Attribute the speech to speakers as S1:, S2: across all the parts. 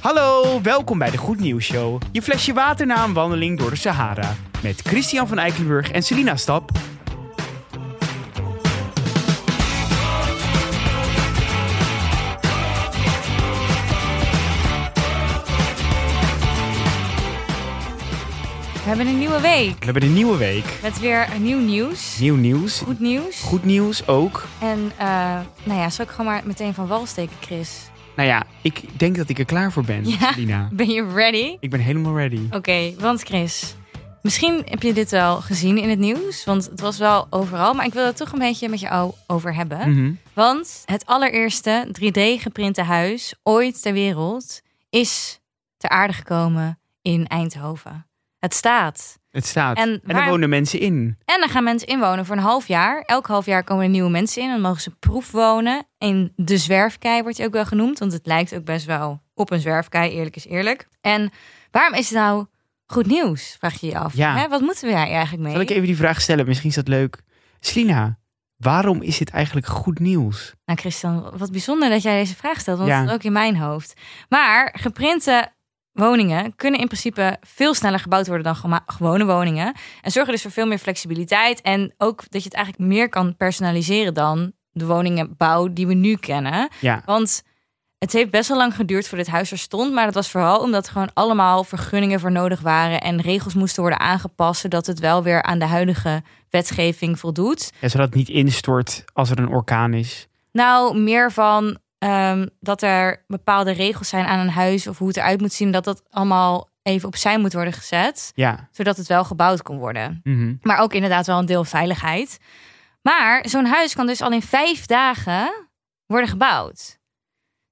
S1: Hallo, welkom bij de Goed Nieuws Show. Je flesje water na een wandeling door de Sahara. Met Christian van Eikelenburg en Selina Stap.
S2: We hebben een nieuwe week.
S1: We hebben een nieuwe week.
S2: Met weer een nieuw nieuws.
S1: Nieuw nieuws.
S2: Goed nieuws.
S1: Goed nieuws ook.
S2: En eh, nou ja, zal ik gewoon maar meteen van wal steken, Chris?
S1: Nou ja, ik denk dat ik er klaar voor ben,
S2: Ja.
S1: Selina.
S2: Ben je ready?
S1: Ik ben helemaal ready.
S2: Oké, want Chris, misschien heb je dit wel gezien in het nieuws. Want het was wel overal. Maar ik wil het toch een beetje met jou over hebben.
S1: Mhm.
S2: Want het allereerste 3D-geprinte huis ooit ter wereld is ter aarde gekomen in Eindhoven. Het staat.
S1: Het staat.
S2: En
S1: En, er
S2: waar-
S1: wonen mensen in.
S2: En dan gaan mensen inwonen voor een half jaar. Elk half jaar komen er nieuwe mensen in. Dan mogen ze proefwonen. In de zwerfkei wordt die ook wel genoemd. Want het lijkt ook best wel op een zwerfkei, eerlijk is eerlijk. En waarom is het nou goed nieuws, vraag je je af.
S1: Ja.
S2: Hè, wat moeten we daar eigenlijk mee?
S1: Zal ik even die vraag stellen? Misschien is dat leuk. Selina, waarom is dit eigenlijk goed nieuws?
S2: Nou Christian, wat bijzonder dat jij deze vraag stelt. Want
S1: Ja.
S2: dat is ook in mijn hoofd. Maar geprinte woningen kunnen in principe veel sneller gebouwd worden dan gema- gewone woningen. En zorgen dus voor veel meer flexibiliteit. En ook dat je het eigenlijk meer kan personaliseren dan de woningenbouw die we nu kennen.
S1: Ja.
S2: Want het heeft best wel lang geduurd voordat dit huis er stond. Maar dat was vooral omdat er gewoon allemaal vergunningen voor nodig waren. En regels moesten worden aangepast. Zodat het wel weer aan de huidige wetgeving voldoet.
S1: ja zodat het niet instort als er een orkaan is.
S2: Nou, meer van ehm, dat er bepaalde regels zijn aan een huis of hoe het eruit moet zien, dat dat allemaal even opzij moet worden gezet,
S1: Ja.
S2: zodat het wel gebouwd kon worden.
S1: Mhm.
S2: Maar ook inderdaad wel een deel veiligheid. Maar zo'n huis kan dus al in vijf dagen worden gebouwd.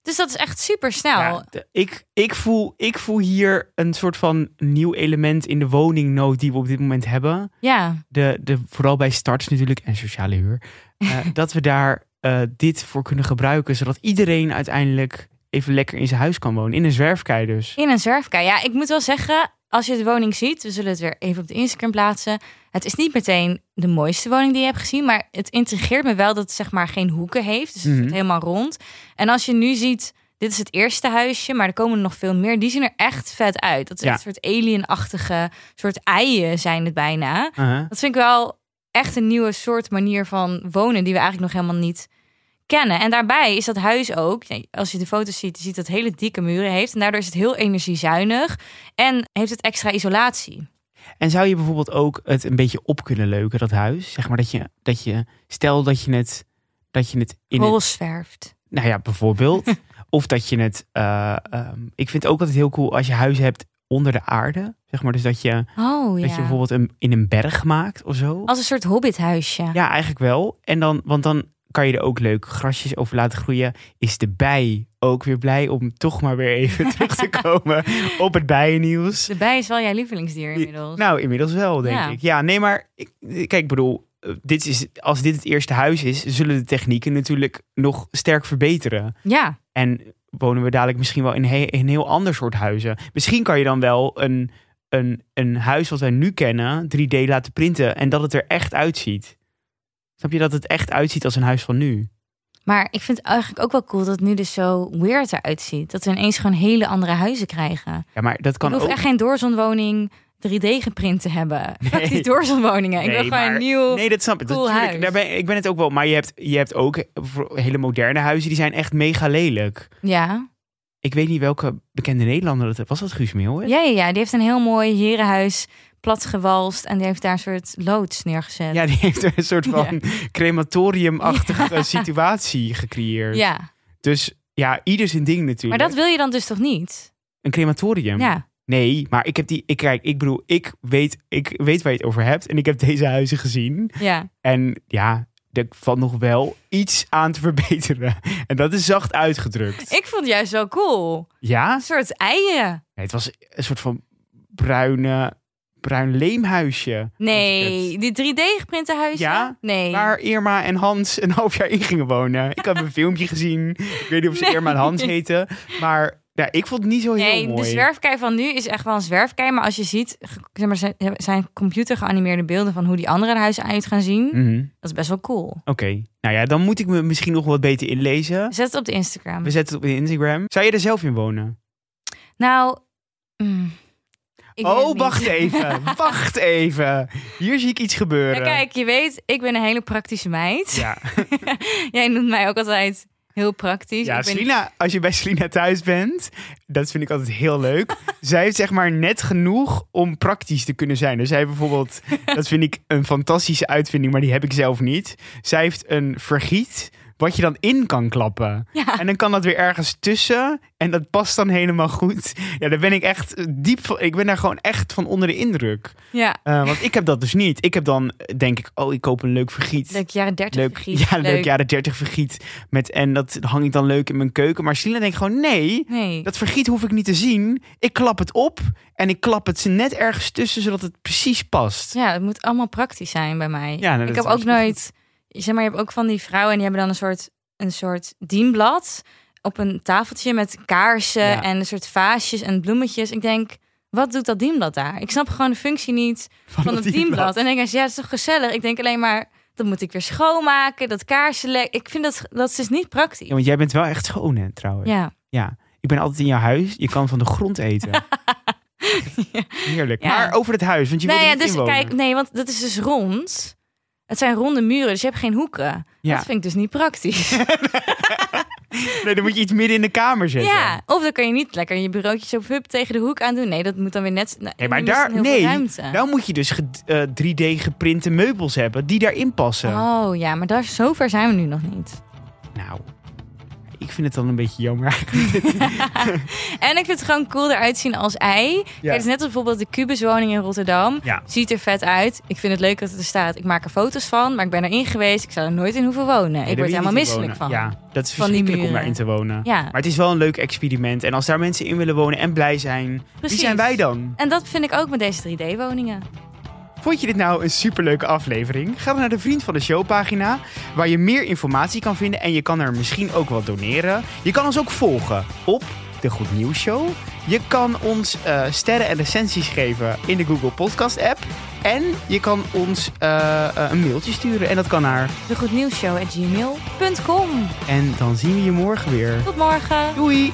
S2: Dus dat is echt super snel.
S1: Ja, d- ik, ik, voel, ik voel hier een soort van nieuw element in de woningnood die we op dit moment hebben.
S2: ja.
S1: De, de, vooral bij starts natuurlijk en sociale huur. Eh, dat we daar eh, dit voor kunnen gebruiken, zodat iedereen uiteindelijk even lekker in zijn huis kan wonen. In een zwerfkei dus.
S2: In een zwerfkei. Ja, ik moet wel zeggen, als je de woning ziet, we zullen het weer even op de Instagram plaatsen. Het is niet meteen de mooiste woning die je hebt gezien, maar het integreert me wel dat het zeg maar geen hoeken heeft. Dus het
S1: Mhm.
S2: zit helemaal rond. En als je nu ziet, dit is het eerste huisje, maar er komen er nog veel meer. Die zien er echt vet uit. Dat is
S1: Ja.
S2: echt een soort alienachtige, soort eien zijn het bijna.
S1: Uh-huh.
S2: Dat vind ik wel echt een nieuwe soort manier van wonen die we eigenlijk nog helemaal niet kennen. En daarbij is dat huis ook, ja, als je de foto's ziet, je ziet dat het hele dikke muren heeft. En daardoor is het heel energiezuinig en heeft het extra isolatie.
S1: En zou je bijvoorbeeld ook het een beetje op kunnen leuken, dat huis? Zeg maar dat je, dat je stel dat je het, dat je het in
S2: Rol zwerft.
S1: Nou ja, bijvoorbeeld. of dat je het. eh, ehm, ik vind het ook altijd heel cool als je huizen hebt onder de aarde. Zeg maar dus dat je,
S2: Oh
S1: dat je
S2: ja. Oh,
S1: bijvoorbeeld een, in een berg maakt of zo.
S2: Als een soort hobbithuisje.
S1: Ja, eigenlijk wel. En dan, want dan kan je er ook leuk grasjes over laten groeien. Is de bij ook weer blij om toch maar weer even terug te komen op het bijennieuws?
S2: De bij is wel jouw lievelingsdier inmiddels.
S1: Nou, inmiddels wel, denk
S2: Ja.
S1: ik. Ja, nee, maar ik, kijk, ik bedoel, eh, dit is, als dit het eerste huis is, zullen de technieken natuurlijk nog sterk verbeteren.
S2: ja.
S1: En wonen we dadelijk misschien wel in he- in een heel ander soort huizen. Misschien kan je dan wel een, een, een huis wat wij nu kennen 3D laten printen en dat het er echt uitziet. Snap je dat het echt uitziet als een huis van nu?
S2: Maar ik vind het eigenlijk ook wel cool dat het nu dus zo weird eruit ziet. Dat we ineens gewoon hele andere huizen krijgen.
S1: Ja, maar dat kan
S2: ik hoef
S1: ook.
S2: echt geen doorzonwoning 3D geprint te hebben. Fuck die doorzonwoningen. ik wil
S1: Nee,
S2: gewoon
S1: maar-
S2: een nieuw...
S1: Nee, dat snap ik.
S2: cool
S1: Natuurlijk,
S2: huis.
S1: Daar ben, ik ben het ook wel. Maar je hebt, je hebt ook voor hele moderne huizen die zijn echt mega lelijk.
S2: Ja.
S1: Ik weet niet welke bekende Nederlander dat was. Dat Guus Meeuwen?
S2: Ja, ja, ja, die heeft een heel mooi herenhuis platgewalst. En die heeft daar een soort loods neergezet.
S1: Ja, die heeft er een soort van crematoriumachtige situatie gecreëerd.
S2: Ja,
S1: Dus ja, ieder zijn ding
S2: maar
S1: natuurlijk.
S2: dat wil je dan dus toch niet?
S1: Een crematorium?
S2: Ja.
S1: Nee, maar ik heb die... Ik, kijk, ik bedoel, ik weet, ik weet waar je het over hebt. En ik heb deze huizen gezien.
S2: ja.
S1: En ja, er valt nog wel iets aan te verbeteren. En dat is zacht uitgedrukt.
S2: Ik vond het juist wel cool.
S1: Ja?
S2: Een soort eieren.
S1: Nee, het was een soort van bruine... Bruin leemhuisje. vond ik
S2: Nee, die 3D geprinte huizen?
S1: Ja,
S2: Nee.
S1: het. Waar Irma en Hans een half jaar in gingen wonen. Ik heb een filmpje gezien. Ik weet niet of ze
S2: Nee.
S1: Irma en Hans heten. Maar ja, ik vond het niet zo heel
S2: Nee, dus
S1: mooi.
S2: de zwerfkei van nu is echt wel een zwerfkei. Maar als je ziet, ge- zeg maar, zijn- zijn computer geanimeerde beelden van hoe die andere huizen uit gaan zien.
S1: Mhm.
S2: Dat is best wel cool.
S1: Oké, nou ja, dan moet ik me misschien nog wat beter inlezen.
S2: Zet het op de Instagram.
S1: We zetten het op de Instagram. Zou je er zelf in wonen?
S2: Nou, mm, ik weet het
S1: oh,
S2: niet.
S1: wacht even. wacht even. Hier zie ik iets gebeuren.
S2: Ja, kijk, je weet, ik ben een hele praktische meid.
S1: Ja,
S2: Jij noemt mij ook altijd heel praktisch.
S1: ja
S2: ik ben
S1: Selina, als je bij Selina thuis bent, dat vind ik altijd heel leuk. zij heeft zeg maar net genoeg om praktisch te kunnen zijn. Dus zij heeft bijvoorbeeld, dat vind ik een fantastische uitvinding, maar die heb ik zelf niet. Zij heeft een vergiet wat je dan in kan klappen.
S2: Ja.
S1: En dan kan dat weer ergens tussen en dat past dan helemaal goed. Ja, daar ben ik echt diep van, ik ben daar gewoon echt van onder de indruk.
S2: Ja,
S1: Eh, want ik heb dat dus niet. Ik heb dan, eh, denk ik, oh, ik koop een leuk vergiet.
S2: leuk jaren 30
S1: leuk,
S2: vergiet.
S1: Ja, leuk jaren 30 vergiet. Met, en dat hang ik dan leuk in mijn keuken. Maar Selina denkt gewoon, nee,
S2: Nee.
S1: dat vergiet hoef ik niet te zien. Ik klap het op en ik klap het net ergens tussen, zodat het precies past.
S2: Ja, het moet allemaal praktisch zijn bij mij.
S1: Ja, nou, dat
S2: ik
S1: is
S2: heb ook
S1: hartstikke
S2: nooit, zeg maar, je hebt ook van die vrouwen en die hebben dan een soort, een soort dienblad op een tafeltje met kaarsen
S1: Ja.
S2: en een soort vaasjes en bloemetjes. Ik denk, wat doet dat dienblad daar? Ik snap gewoon de functie niet van,
S1: dat
S2: het
S1: dienblad.
S2: dienblad. En dan denk ik, ja, dat is toch gezellig? Ik denk alleen maar, dat moet ik weer schoonmaken, dat kaarsen lek. Ik vind dat, dat is dus niet
S1: Ja,
S2: praktisch.
S1: want jij bent wel echt schoon, hè, trouwens.
S2: Ja,
S1: Ja. Ik ben altijd in jouw huis. Je kan van de grond eten. Heerlijk.
S2: Ja.
S1: Maar over het huis, want je
S2: nee,
S1: wilde
S2: ja,
S1: niet
S2: dus
S1: inwonen.
S2: kijk, nee, want dat is dus rond. Het zijn ronde muren, dus je hebt geen hoeken.
S1: Ja.
S2: Dat vind ik dus niet praktisch.
S1: Nee, dan moet je iets midden in de kamer zetten.
S2: Ja, of dan kan je niet lekker je bureautjes op hup tegen de hoek aan doen. Nee, dat moet dan weer net. Nou,
S1: Nee, maar
S2: dan is
S1: daar,
S2: het heel veel
S1: nee,
S2: ruimte.
S1: dan moet je dus ge- eh, 3D geprinte meubels hebben die daarin passen.
S2: Oh ja, maar daar, zover zijn we nu nog niet.
S1: Nou, ik vind het dan een beetje jammer eigenlijk.
S2: En ik vind het gewoon cool eruit zien als ei. Kijk, het is net als bijvoorbeeld de kubuswoning in Rotterdam.
S1: Ja.
S2: Ziet er vet uit. Ik vind het leuk dat het er staat. Ik maak er foto's van, maar ik ben erin geweest. Ik zou er nooit in hoeven wonen. ik word er helemaal misselijk van.
S1: Ja, dat is
S2: Van die
S1: verschrikkelijk om
S2: muren.
S1: daarin te wonen.
S2: Ja.
S1: Maar het is wel een leuk experiment. En als daar mensen in willen wonen en blij zijn, wie
S2: Precies.
S1: zijn wij dan?
S2: En dat vind ik ook met deze 3D-woningen.
S1: Vond je dit nou een superleuke aflevering? Ga dan naar de Vriend van de Show pagina, waar je meer informatie kan vinden en je kan er misschien ook wat doneren. Je kan ons ook volgen op de Goed Nieuws Show. Je kan ons eh, sterren en recensies geven in de Google Podcast app. En je kan ons eh, eh, een mailtje sturen en dat kan naar.
S2: De Goed Nieuws Show at gmail.com.
S1: En dan zien we je morgen weer.
S2: Tot morgen.
S1: Doei!